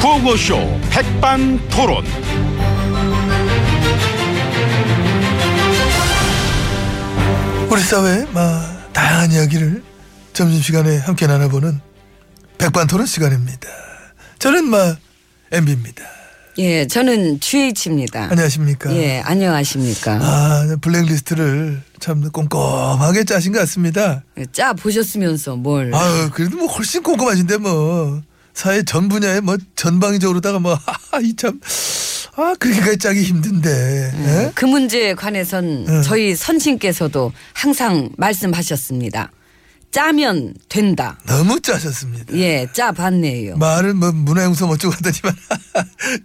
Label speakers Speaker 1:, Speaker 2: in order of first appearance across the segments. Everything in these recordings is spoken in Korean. Speaker 1: 구호쇼 백반토론.
Speaker 2: 우리 사회의 막 다양한 이야기를 점심시간에 함께 나눠보는 백반토론 시간입니다. 저는 막 MB입니다.
Speaker 3: 예, 저는 GH입니다.
Speaker 2: 아, 안녕하십니까?
Speaker 3: 예, 안녕하십니까.
Speaker 2: 아 블랙리스트를 참 꼼꼼하게 짜신 것 같습니다.
Speaker 3: 짜 보셨으면서 뭘.
Speaker 2: 아. 아유 그래도 뭐 훨씬 꼼꼼하신데 뭐 사회 전 분야에 뭐 전방위적으로다가 뭐, 아, 뭐이참아 그렇게까지 짜기 힘든데
Speaker 3: 예,
Speaker 2: 예?
Speaker 3: 그 문제에 관해선
Speaker 2: 예.
Speaker 3: 저희 선신께서도 항상 말씀하셨습니다. 짜면 된다.
Speaker 2: 너무 짜셨습니다.
Speaker 3: 예, 짜 봤네요.
Speaker 2: 말은 뭐 문화용서 어쩌고 하더니만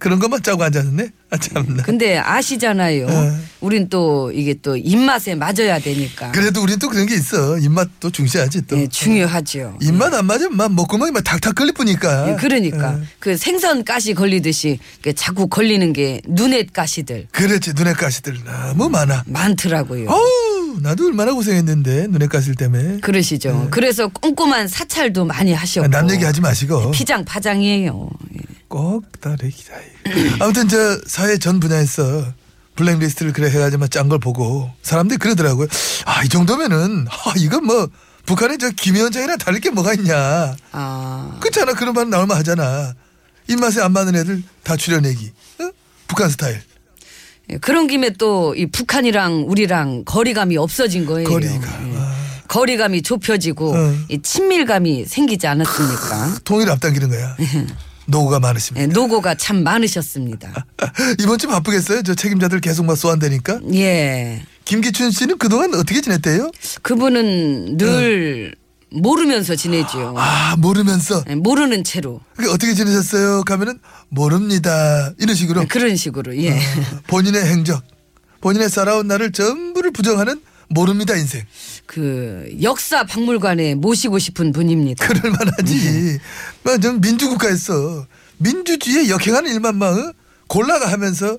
Speaker 2: 그런 것만 짜고 앉았네. 아 참나.
Speaker 3: 근데 아시잖아요.
Speaker 2: 예.
Speaker 3: 우린 또 이게 또 입맛에 맞아야 되니까.
Speaker 2: 그래도 우린 또 그런 게 있어. 입맛도 중시하지 또. 네.
Speaker 3: 예, 중요하죠.
Speaker 2: 입맛 안 맞으면 막 목구멍이 막 탁탁 걸릴 뿐이니까.
Speaker 3: 예, 그러니까
Speaker 2: 예.
Speaker 3: 그 생선 가시 걸리듯이 그 자꾸 걸리는 게 눈의 가시들
Speaker 2: 그렇지 눈에 가시들
Speaker 3: 음.
Speaker 2: 너무 많아.
Speaker 3: 많더라고요.
Speaker 2: 어우 나도 얼마나 고생했는데 눈에 가실 때문에.
Speaker 3: 그러시죠. 그래서 꼼꼼한 사찰도 많이 하셨고.
Speaker 2: 네. 아, 남 얘기하지 마시고
Speaker 3: 그렇죠. 피장 파장이에요. 예.
Speaker 2: 꼭다 기다. 아무튼 저 사회 전 분야에서 블랙리스트를 그래 해가지고 짠 걸 보고 사람들이 그러더라고요. 아 이 정도면은 아, 이건 뭐 북한의 저 김 위원장이나 다를 게 뭐가 있냐.
Speaker 3: 아,
Speaker 2: 그렇잖아 그런 말 나올 만 하잖아. 입맛에 안 맞는 애들 다 줄여내기. 어? 북한 스타일.
Speaker 3: 예, 그런 김에 또 이 북한이랑 우리랑 거리감이 없어진 거예요.
Speaker 2: 거리감.
Speaker 3: 예. 거리감이 좁혀지고
Speaker 2: 아. 어. 아.
Speaker 3: 이 친밀감이 생기지 않았습니까?
Speaker 2: 통일 앞당기는 거야. 노고가 많으십니다.
Speaker 3: 예, 노고가 참 많으셨습니다.
Speaker 2: 이번 주 바쁘겠어요? 저 책임자들 계속 막 소환되니까.
Speaker 3: 예.
Speaker 2: 김기춘 씨는 그동안 어떻게 지냈대요?
Speaker 3: 그분은 늘 모르면서
Speaker 2: 어.
Speaker 3: 지내지요.
Speaker 2: 아 모르면서
Speaker 3: 예, 모르는 채로.
Speaker 2: 그 어떻게 지내셨어요? 하면은 모릅니다. 이런 식으로
Speaker 3: 예, 그런 식으로. 예.
Speaker 2: 어. 본인의 행적, 본인의 살아온 날을 전부를 부정하는 모릅니다 인생.
Speaker 3: 그 역사 박물관에 모시고 싶은 분입니다.
Speaker 2: 그럴 만하지. 막 좀 민주국가에서 민주주의에 역행하는 일만 막 어? 골라가 하면서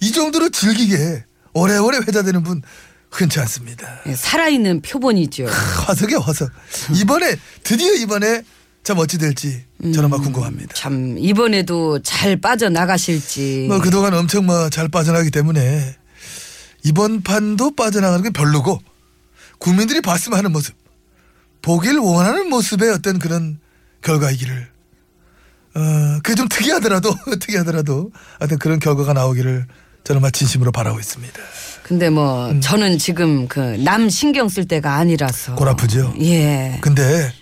Speaker 2: 이 정도로 즐기게 오래오래 회자되는 분 흔치 않습니다.
Speaker 3: 예, 살아있는 표본이죠.
Speaker 2: 화석에 화석. 이번에 드디어 이번에 참 어찌 될지 저는 막 궁금합니다.
Speaker 3: 참 이번에도 잘 빠져나가실지
Speaker 2: 뭐 그동안 엄청 뭐 잘 빠져나가기 때문에 이번 판도 빠져나가는 게 별로고 국민들이 봤으면 하는 모습, 보길 원하는 모습의 어떤 그런 결과이기를. 어, 그게 좀 특이하더라도 특이하더라도 하여튼 그런 결과가 나오기를 저는 막 진심으로 바라고 있습니다.
Speaker 3: 근데 뭐
Speaker 2: 음.
Speaker 3: 저는 지금 그 남 신경 쓸 때가 아니라서
Speaker 2: 골 아프죠? 그-
Speaker 3: 예.
Speaker 2: 근데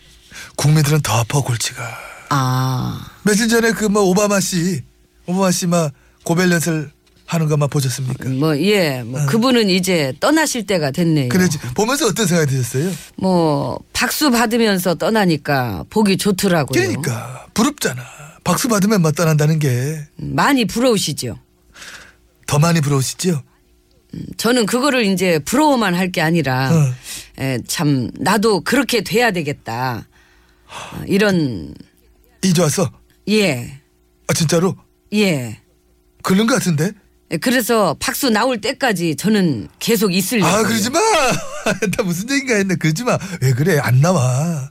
Speaker 2: 국민들은 더 아파 골치가.
Speaker 3: 아.
Speaker 2: 며칠 전에 그 뭐 오바마 씨, 오바마 씨 막 고별연설 하는 것만 보셨습니까?
Speaker 3: 뭐, 예, 뭐, 그분은 이제 떠나실 때가 됐네요.
Speaker 2: 어. 그랬지. 보면서 어떤 생각이 드셨어요?
Speaker 3: 뭐, 박수 받으면서 떠나니까 보기 좋더라고요.
Speaker 2: 그러니까 부럽잖아. 박수 받으면 맞다난다는 게 더
Speaker 3: 음, 많이 부러우시죠?
Speaker 2: 많이 부러우시죠?
Speaker 3: 저는 그거를 이제 부러워만 할 게 아니라,
Speaker 2: 어.
Speaker 3: 에, 참, 나도 그렇게 돼야 되겠다. 어, 이런,
Speaker 2: 이제 와서
Speaker 3: 예,
Speaker 2: 아 진짜로
Speaker 3: 예.
Speaker 2: 그런 것 같은데?
Speaker 3: 그래서 박수 나올 때까지 저는 계속 있으려고.
Speaker 2: 아 그러지 마. 나 무슨 얘기인가 했네. 그러지 마. 왜 그래? 안 나와.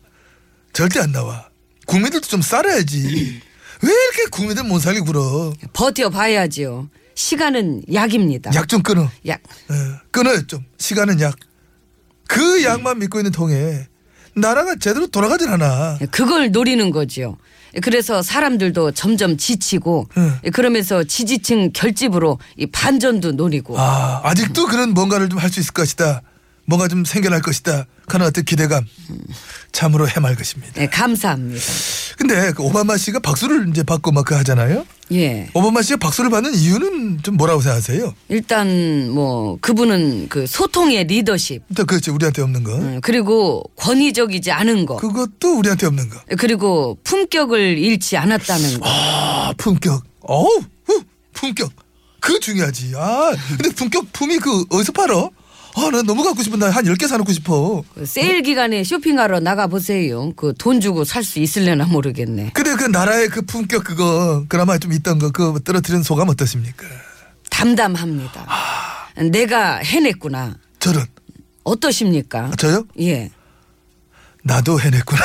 Speaker 2: 절대 안 나와. 국민들도 좀 살아야지. 왜 이렇게 국민들 못 살게 굴어?
Speaker 3: 버텨봐야지요. 시간은 약입니다.
Speaker 2: 약 좀 끊어.
Speaker 3: 약.
Speaker 2: 예, 끊어요 좀 시간은 약. 그 약만 믿고 있는 통에 나라가 제대로 돌아가질 않아.
Speaker 3: 예, 그걸 노리는 거지요. 예, 그래서 사람들도 점점 지치고 예,
Speaker 2: 응.
Speaker 3: 그러면서 지지층 결집으로 이 반전도 노리고
Speaker 2: 아 아직도 그런 뭔가를 좀 할 수 있을 것이다. 뭔가 좀 생겨날 것이다. 하는 어떤 기대감 참으로 해말 것입니다.
Speaker 3: 예, 감사합니다.
Speaker 2: 근데 그 오바마 씨가 박수를 이제 받고 막 그 하잖아요.
Speaker 3: 예.
Speaker 2: 오바마 씨가 박수를 받는 이유는 좀 뭐라고 생각하세요?
Speaker 3: 일단 뭐 그분은 그 소통의 리더십
Speaker 2: 일단 그렇지 우리한테 없는 거.
Speaker 3: 음, 그리고 권위적이지 않은 거
Speaker 2: 그것도 우리한테 없는 거.
Speaker 3: 그리고 품격을 잃지 않았다는 거.
Speaker 2: 아 품격. 어우 후, 품격. 그거 중요하지. 아 근데 품격 품이 그 어디서 팔어? 아나 너무 갖고 싶은데 한 10개 사놓고 싶어.
Speaker 3: 그 세일 기간에 쇼핑하러 나가 보세요. 그 돈 주고 살 수 있을려나 모르겠네.
Speaker 2: 근데 그 나라의 그 품격 그거 그나마 좀 있던 거 그거 떨어뜨린 소감 어떠십니까?
Speaker 3: 담담합니다. 내가 해냈구나.
Speaker 2: 저런
Speaker 3: 어떠십니까?
Speaker 2: 아, 저요?
Speaker 3: 예.
Speaker 2: 나도 해냈구나.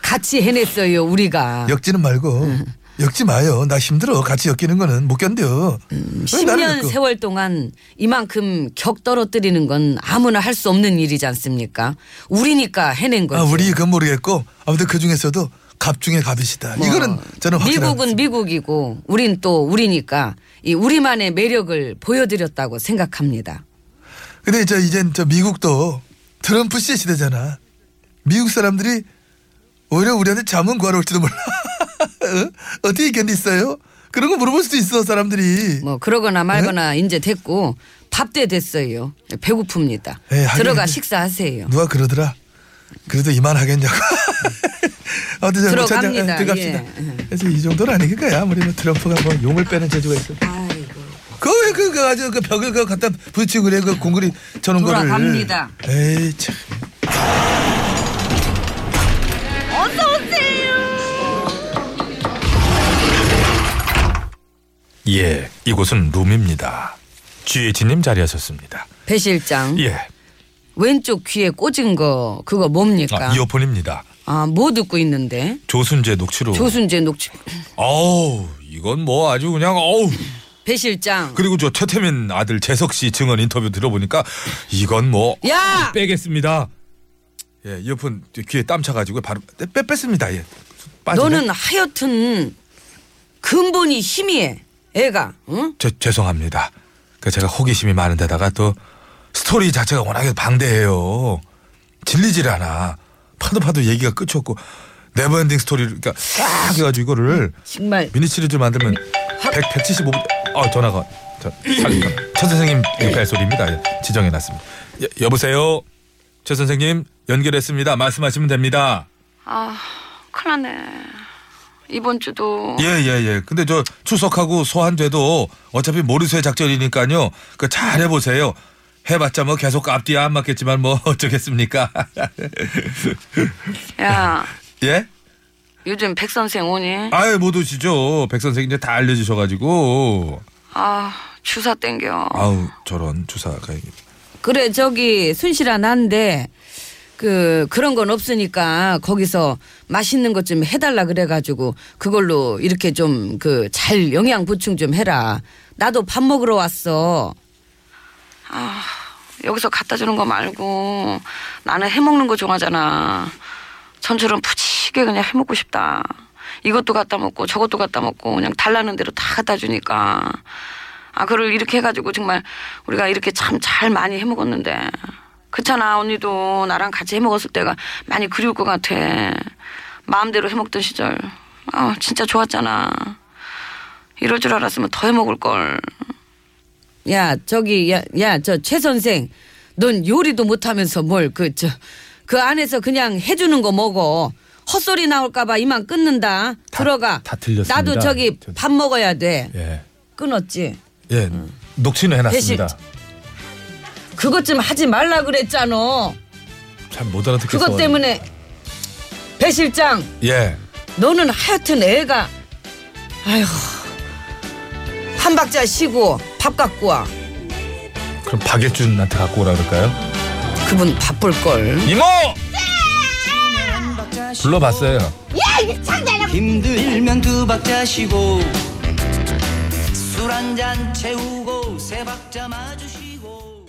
Speaker 3: 같이 해냈어요 우리가.
Speaker 2: 역지는 말고 엮지 마요. 나 힘들어. 같이 엮이는 거는 못 견뎌. 왜 나를
Speaker 3: 10년
Speaker 2: 엮어?
Speaker 3: 음, 세월 동안 이만큼 격 떨어뜨리는 건 아무나 할 수 없는 일이지 않습니까? 우리니까 해낸 거지.
Speaker 2: 아, 우리 그건 모르겠고 아무튼 그 중에서도 갑 중에 갑이시다.
Speaker 3: 뭐,
Speaker 2: 이거는 저는 확실합니다.
Speaker 3: 미국은 미국이고 우린 또 우리니까 이 우리만의 매력을 보여드렸다고 생각합니다.
Speaker 2: 근데 저 이젠 저 미국도 트럼프 씨 시대잖아. 미국 사람들이 오히려 우리한테 자문 구하러 올지도 몰라. 어? 어떻게 견디어요? 그런 거 물어볼 수도 있어 사람들이.
Speaker 3: 뭐 그러거나 말거나 이제 됐고 밥 때 됐어요. 배고픕니다.
Speaker 2: 에이, 예, 하긴
Speaker 3: 들어가
Speaker 2: 근데-
Speaker 3: 식사하세요.
Speaker 2: 누가 그러더라. 그래도 이만 하겠냐고. 아무튼 자, 뭐 찾아-
Speaker 3: 음. 들어갑니다.
Speaker 2: 들어갑시다.
Speaker 3: 예.
Speaker 2: 그래서 이 정도는 아니니까요. 아무리 뭐 트럼프가 뭐 용을 빼는 재주가 있어.
Speaker 3: 아이고.
Speaker 2: 그왜그 그, 그 아주 그 벽을 그 갖다 붙이고 그래 그 공구리 쳐놓은 거를.
Speaker 3: 돌아갑니다.
Speaker 2: 에이 참.
Speaker 1: 예, 이곳은 룸입니다. GH님 자리하셨습니다.
Speaker 3: 배 실장
Speaker 1: 예,
Speaker 3: 왼쪽 귀에 꽂은 거 그거 뭡니까?
Speaker 1: 아, 이어폰입니다.
Speaker 3: 아, 뭐 듣고 있는데?
Speaker 1: 조순재 녹취록.
Speaker 3: 조순재 녹취.
Speaker 1: 어우, 이건 뭐 아주 그냥 어우.
Speaker 3: 배 실장.
Speaker 1: 그리고 저 최태민 아들 재석 씨 증언 인터뷰 들어보니까 이건 뭐
Speaker 3: 야!
Speaker 1: 빼겠습니다. 예, 이어폰 귀에 땀 차가지고 바로 빼, 뺐습니다. 예. 빠지네.
Speaker 3: 너는 하여튼 근본이 희미해. 애가. 응?
Speaker 1: 죄, 죄송합니다. 그 제가 호기심이 많은 데다가 또 스토리 자체가 워낙에 방대해요. 질리질 않아. 파도 파도 얘기가 끝이 없고 네버엔딩 스토리를 그러니까 싹 해가지고 이거를
Speaker 3: 정말
Speaker 1: 미니 시리즈 만들면 100, 175분 아 전화가 저, 천 선생님 벨소리입니다. 예, 지정해놨습니다. 여, 여보세요? 최 선생님 연결했습니다. 말씀하시면 됩니다.
Speaker 4: 아, 큰일 났네. 이번 주도
Speaker 1: 예예예. 근데 저 추석하고 소환제도 어차피 모르쇠 작전이니까요. 그 잘 해보세요. 해봤자 뭐 계속 앞뒤 안 맞겠지만 뭐 어쩌겠습니까?
Speaker 4: 야,
Speaker 1: 예?
Speaker 4: 요즘 백 선생 오니?
Speaker 1: 아유 못 오시죠. 백 선생 이제 다 알려주셔가지고.
Speaker 4: 아, 주사 땡겨.
Speaker 1: 아우 저런 주사가 이게.
Speaker 3: 그래 저기 순실아 난데 그 그런 건 없으니까 거기서 맛있는 것 좀 해달라 그래가지고 그걸로 이렇게 좀 그 잘 영양 보충 좀 해라. 나도 밥 먹으러 왔어.
Speaker 4: 여기서 갖다 주는 거 말고 나는 해 먹는 거 좋아하잖아. 전처럼 푸지게 그냥 해 먹고 싶다. 이것도 갖다 먹고 저것도 갖다 먹고 그냥 달라는 대로 다 갖다 주니까. 아, 그걸 이렇게 해가지고 정말 우리가 이렇게 참 잘 많이 해 먹었는데. 그렇잖아, 언니도 나랑 같이 해 먹었을 때가 많이 그리울 것 같아. 마음대로 해 먹던 시절. 아, 진짜 좋았잖아. 이럴 줄 알았으면 더 해 먹을 걸.
Speaker 3: 야 저기 야 야 저 최 선생 넌 요리도 못하면서 뭘 그 저 그 안에서 그냥 해주는 거 먹어. 헛소리 나올까봐 이만 끊는다.
Speaker 1: 다-
Speaker 3: 들어가.
Speaker 1: 다 틀렸습니다.
Speaker 3: 나도 저기
Speaker 1: 저-
Speaker 3: 밥 먹어야 돼.
Speaker 1: 예.
Speaker 3: 끊었지.
Speaker 1: 예.
Speaker 3: 음.
Speaker 1: 녹취는 해놨습니다.
Speaker 3: 배신- 그것 좀 하지 말라 그랬잖아.
Speaker 1: 잘 못 알아듣겠어.
Speaker 3: 그것 때문에 배 실장
Speaker 1: 예.
Speaker 3: 너는 하여튼 애가 아휴 한 박자 쉬고 밥 갖고 와
Speaker 1: 그럼 박예준한테 갖고 오라 그럴까요?
Speaker 3: 그분 바쁠 걸.
Speaker 1: 이모.
Speaker 3: 네!
Speaker 1: 불러봤어요.
Speaker 5: 힘들면 두 박자 쉬고 술 한 잔 채우고 세 박자 마주시고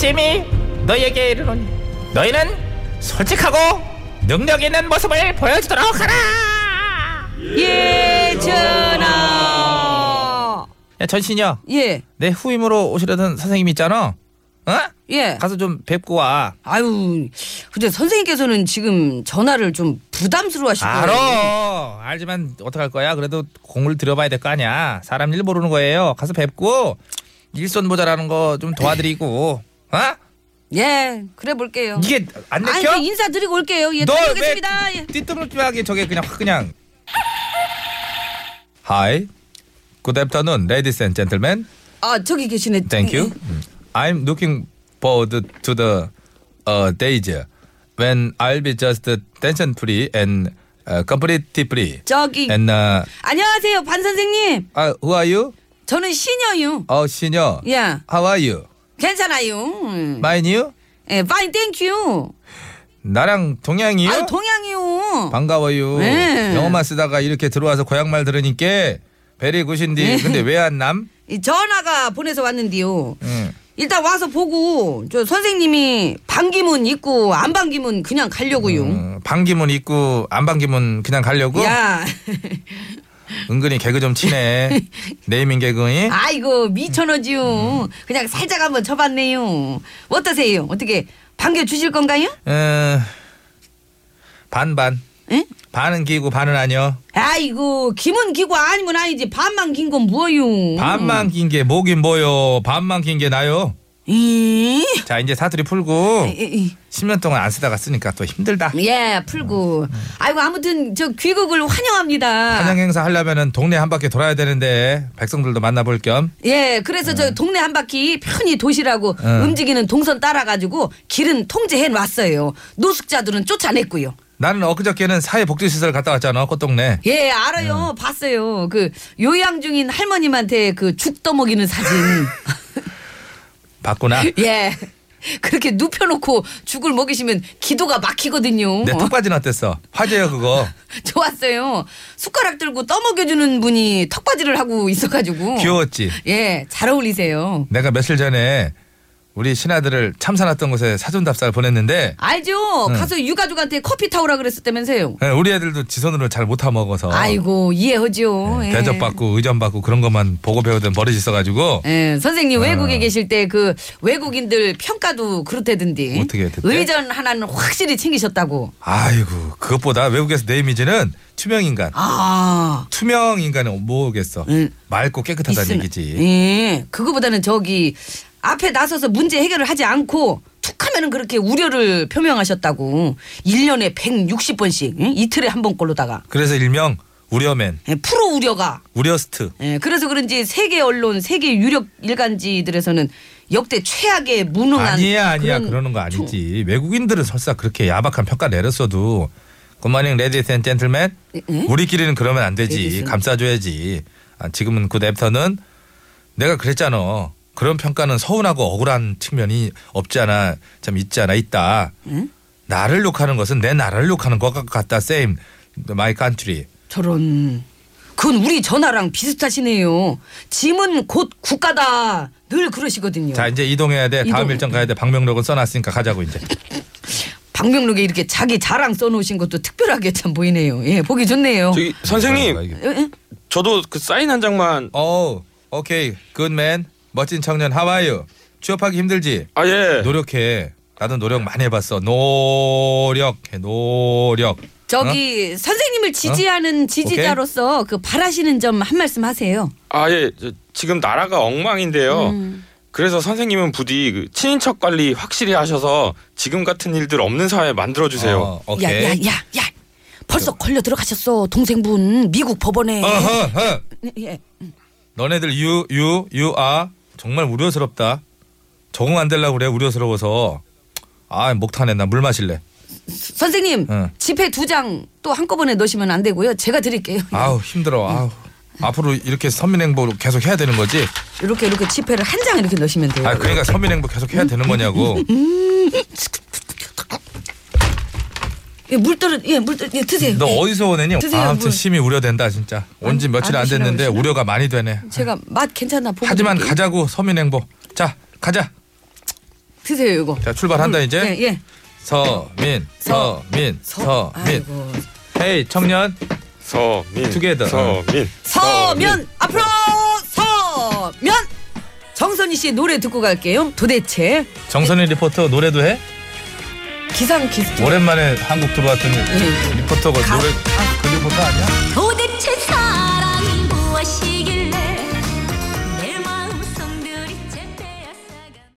Speaker 6: 찜이 너희에게 이르노니 너희는 솔직하고 능력 있는 모습을 보여주도록 하라.
Speaker 3: 예, 전하.
Speaker 6: 야 전신여,
Speaker 3: 예,
Speaker 6: 내 후임으로 오시려던 선생님 있잖아. 어?
Speaker 3: 예.
Speaker 6: 가서 좀 뵙고 와.
Speaker 3: 아유, 근데 선생님께서는 지금 전화를 좀 부담스러워하시고.
Speaker 6: 알어. 알지만 어떡할 거야. 그래도 공을 들여봐야 될 거 아니야. 사람 일 모르는 거예요. 가서 뵙고 일손 모자라는 거 좀 도와드리고. 어?
Speaker 3: 예, 그래 볼게요.
Speaker 6: 이게 안
Speaker 3: 아니,
Speaker 6: 내켜?
Speaker 3: 그냥 인사드리고 올게요. 예,
Speaker 6: 너왜
Speaker 3: 다녀오겠습니다. 예.
Speaker 6: 띠뚜물뚜하게 저게 그냥 확 그냥 Hi. Good afternoon, ladies and gentlemen.
Speaker 3: 아, 저기 계시네.
Speaker 6: Thank you. 음. I'm looking forward to the uh, days when I'll be just tension free and uh, completely free.
Speaker 3: 저기.
Speaker 6: And uh,
Speaker 3: 안녕하세요, 반 선생님.
Speaker 6: uh, who are you?
Speaker 3: 저는 시녀요.
Speaker 6: Oh, senior.
Speaker 3: 야,
Speaker 6: How are you?
Speaker 3: 괜찮아요.
Speaker 6: My new?
Speaker 3: 예, fine, thank you.
Speaker 6: 나랑 동양이요?
Speaker 3: 아유, 동양이요.
Speaker 6: 반가워요.
Speaker 3: 네.
Speaker 6: 영어만 쓰다가 이렇게 들어와서 고향말 들으니까 베리 굿인디.
Speaker 3: 네.
Speaker 6: 근데 왜 안 남? 음.
Speaker 3: 이 전화가 보내서 왔는데요.
Speaker 6: 응.
Speaker 3: 일단 와서 보고 저 선생님이 반기문 있고 안 반기문 그냥 가려고요.
Speaker 6: 음, 뭐? 반기문 있고 안 반기문 그냥 가려고?
Speaker 3: 야,
Speaker 6: 은근히 개그 좀 치네. 네이밍 개그이.
Speaker 3: 아이고 미천어지요. 그냥 살짝 한번 쳐봤네요. 어떠세요? 어떻게 반겨 주실 건가요?
Speaker 6: 어, 반반.
Speaker 3: 응?
Speaker 6: 반은 기고 반은 아니요.
Speaker 3: 아이고 기문 기고 아니면 아니지 반만 긴 건 뭐요?
Speaker 6: 반만 긴 게 뭐긴 뭐요. 반만 긴 게 나요.
Speaker 3: 이?
Speaker 6: 자 이제 사투리 풀고
Speaker 3: 이- 이-
Speaker 6: 10년 동안 안 쓰다가 쓰니까 또 힘들다.
Speaker 3: 예, 풀고. 아이고 아무튼 저 귀국을 환영합니다.
Speaker 6: 한양 행사 하려면은 동네 한 바퀴 돌아야 되는데 백성들도 만나볼 겸.
Speaker 3: 예, 그래서 저 동네 한 바퀴 편히 도시라고
Speaker 6: 네.
Speaker 3: 움직이는 동선 따라가지고 길은 통제해 놨어요. 노숙자들은 쫓아냈고요.
Speaker 6: 나는 엊그저께는 사회복지시설 갔다 왔잖아 꽃동네.
Speaker 3: 예, 알아요. 봤어요. 그 요양 중인 할머님한테 그 죽 떠먹이는 사진.
Speaker 6: 봤구나.
Speaker 3: 예. 그렇게 눕혀놓고 죽을 먹이시면 기도가 막히거든요.
Speaker 6: 내 네, 턱받이는 어땠어? 화제야 그거.
Speaker 3: 좋았어요. 숟가락 들고 떠먹여주는 분이 턱받이를 하고 있어가지고.
Speaker 6: 귀여웠지.
Speaker 3: 예, 잘 어울리세요.
Speaker 6: 내가 며칠 전에 우리 신하들을 참사났던 곳에 사전 답사를 보냈는데
Speaker 3: 알죠?
Speaker 6: 응.
Speaker 3: 가서 유가족한테 커피 타오라 그랬었다면서요.
Speaker 6: 예, 우리 애들도 지 손으로 잘 못 타 먹어서 네,
Speaker 3: 아이고 이해하죠. 예.
Speaker 6: 대접 받고 의전 받고 그런 것만 보고 배우던 버릇이 있어가지고
Speaker 3: 예, 선생님
Speaker 6: 아.
Speaker 3: 외국에 계실 때 그 외국인들 평가도 그렇다던데
Speaker 6: 어떻게 했대?
Speaker 3: 의전 하나는 확실히 챙기셨다고.
Speaker 6: 아이고 그것보다 외국에서 내 이미지는 투명 인간
Speaker 3: 아,
Speaker 6: 투명 인간은 뭐겠어
Speaker 3: 응.
Speaker 6: 맑고 깨끗하다는
Speaker 3: 음. 있으나-
Speaker 6: 얘기지
Speaker 3: 예, 그거보다는 저기 앞에 나서서 문제 해결을 하지 않고 툭하면은 그렇게 우려를 표명하셨다고. 1년에 160번씩 이틀에 한 번꼴로다가
Speaker 6: 그래서 일명 우려맨
Speaker 3: 예, 프로 우려가
Speaker 6: 우려스트
Speaker 3: 예, 그래서 그런지 세계 언론, 세계 유력 일간지들에서는 역대 최악의 무능한
Speaker 6: 아니야 아니야
Speaker 3: 그런
Speaker 6: 그러는거 아니지 외국인들은 설사 그렇게 야박한 평가 내렸어도 굿모닝 레디스 앤 젠틀맨
Speaker 3: 예,
Speaker 6: 우리끼리는 그러면 안 되지
Speaker 3: 레디슨.
Speaker 6: 감싸줘야지 아, 지금은 굿 애프터는 내가 그랬잖아 그런 평가는 서운하고 억울한 측면이 없지 않아 참 있지 않아 있다
Speaker 3: 예?
Speaker 6: 나를 욕하는 것은 내 나라를 욕하는 것 같다 same my country
Speaker 3: 저런. 그건 우리 전화랑 비슷하시네요. 짐은 곧 국가다. 늘 그러시거든요.
Speaker 6: 자 이제 이동해야 돼 다음
Speaker 3: 예. 이동.
Speaker 6: 일정 가야 돼 방명록은 써놨으니까 가자고 이제
Speaker 3: 박명록에 이렇게 자기 자랑 써놓으신 것도 특별하게 참 보이네요. 예, 보기
Speaker 6: 어.
Speaker 3: 좋네요.
Speaker 7: 저기 선생님 저도 그 사인 한 장만
Speaker 6: 오, 오케이, 굿맨, 멋진 청년 하와이유. 취업하기 힘들지?
Speaker 7: 아예
Speaker 6: 노력해. 나도 노력 많이 해봤어. 노력해, 노력. 어?
Speaker 3: 저기 선생님을 지지하는 지지자로서 그 바라시는 점 한 말씀 하세요.
Speaker 7: 아예 지금 나라가 엉망인데요. 그래서 선생님은 부디 그 친인척 관리 확실히 하셔서 지금 같은 일들 없는 사회 만들어 주세요.
Speaker 6: 어, 오케이.
Speaker 3: 야야야 예. 야, 야. 벌써 걸려 들어가셨어 동생분 미국 법원에.
Speaker 6: 어허, 허.
Speaker 3: 예.
Speaker 6: 너네들 유, 유, 유, 아. 정말 우려스럽다. 적응 안 되려고 그래, 우려스러워서. 아, 목탄에 나 물 마실래.
Speaker 3: 선생님
Speaker 6: 응.
Speaker 3: 지폐 두 장 또 한꺼번에 넣으시면 안 되고요. 제가 드릴게요.
Speaker 6: 아우, 힘들어.
Speaker 3: 음.
Speaker 6: 아우. 앞으로 이렇게 서민행보로 계속 해야 되는 거지?
Speaker 3: 이렇게 이렇게 지폐를 한 장 이렇게 넣으시면 돼요.
Speaker 6: 아, 그러니까 서민행보 계속 해야 되는 거냐고.
Speaker 3: 예, 물 떨어, 예, 물 떨어, 예, 드세요.
Speaker 6: 너
Speaker 3: 예.
Speaker 6: 어디서 오느니?
Speaker 3: 드세요,
Speaker 6: 아, 아무튼
Speaker 3: 물.
Speaker 6: 심히 우려된다 진짜. 온 지
Speaker 3: 안-
Speaker 6: 며칠 안
Speaker 3: 안 드시나
Speaker 6: 됐는데
Speaker 3: 보시나?
Speaker 6: 우려가 많이 되네. 음.
Speaker 3: 제가 맛 괜찮나 보고.
Speaker 6: 하지만
Speaker 3: 드릴게요.
Speaker 6: 가자고 서민행보. 자 가자.
Speaker 3: 드세요 이거.
Speaker 6: 자 출발한다 이제.
Speaker 3: 예 예.
Speaker 6: 서민
Speaker 3: 서-
Speaker 6: 서민
Speaker 3: 서.
Speaker 6: 서민.
Speaker 3: 아이고.
Speaker 6: 헤이 청년
Speaker 7: 서민
Speaker 6: Together.
Speaker 7: 서민
Speaker 3: 서면 앞으로 서면. 정선희 씨의 노래 듣고 갈게요. 도대체
Speaker 6: 정선희 리포터 노래도 해?
Speaker 3: 기상 기상.
Speaker 6: 오랜만에 한국 들어왔더니
Speaker 3: 예.
Speaker 6: 리포터가 노래 그 리포터 아니야?
Speaker 8: 도대체 사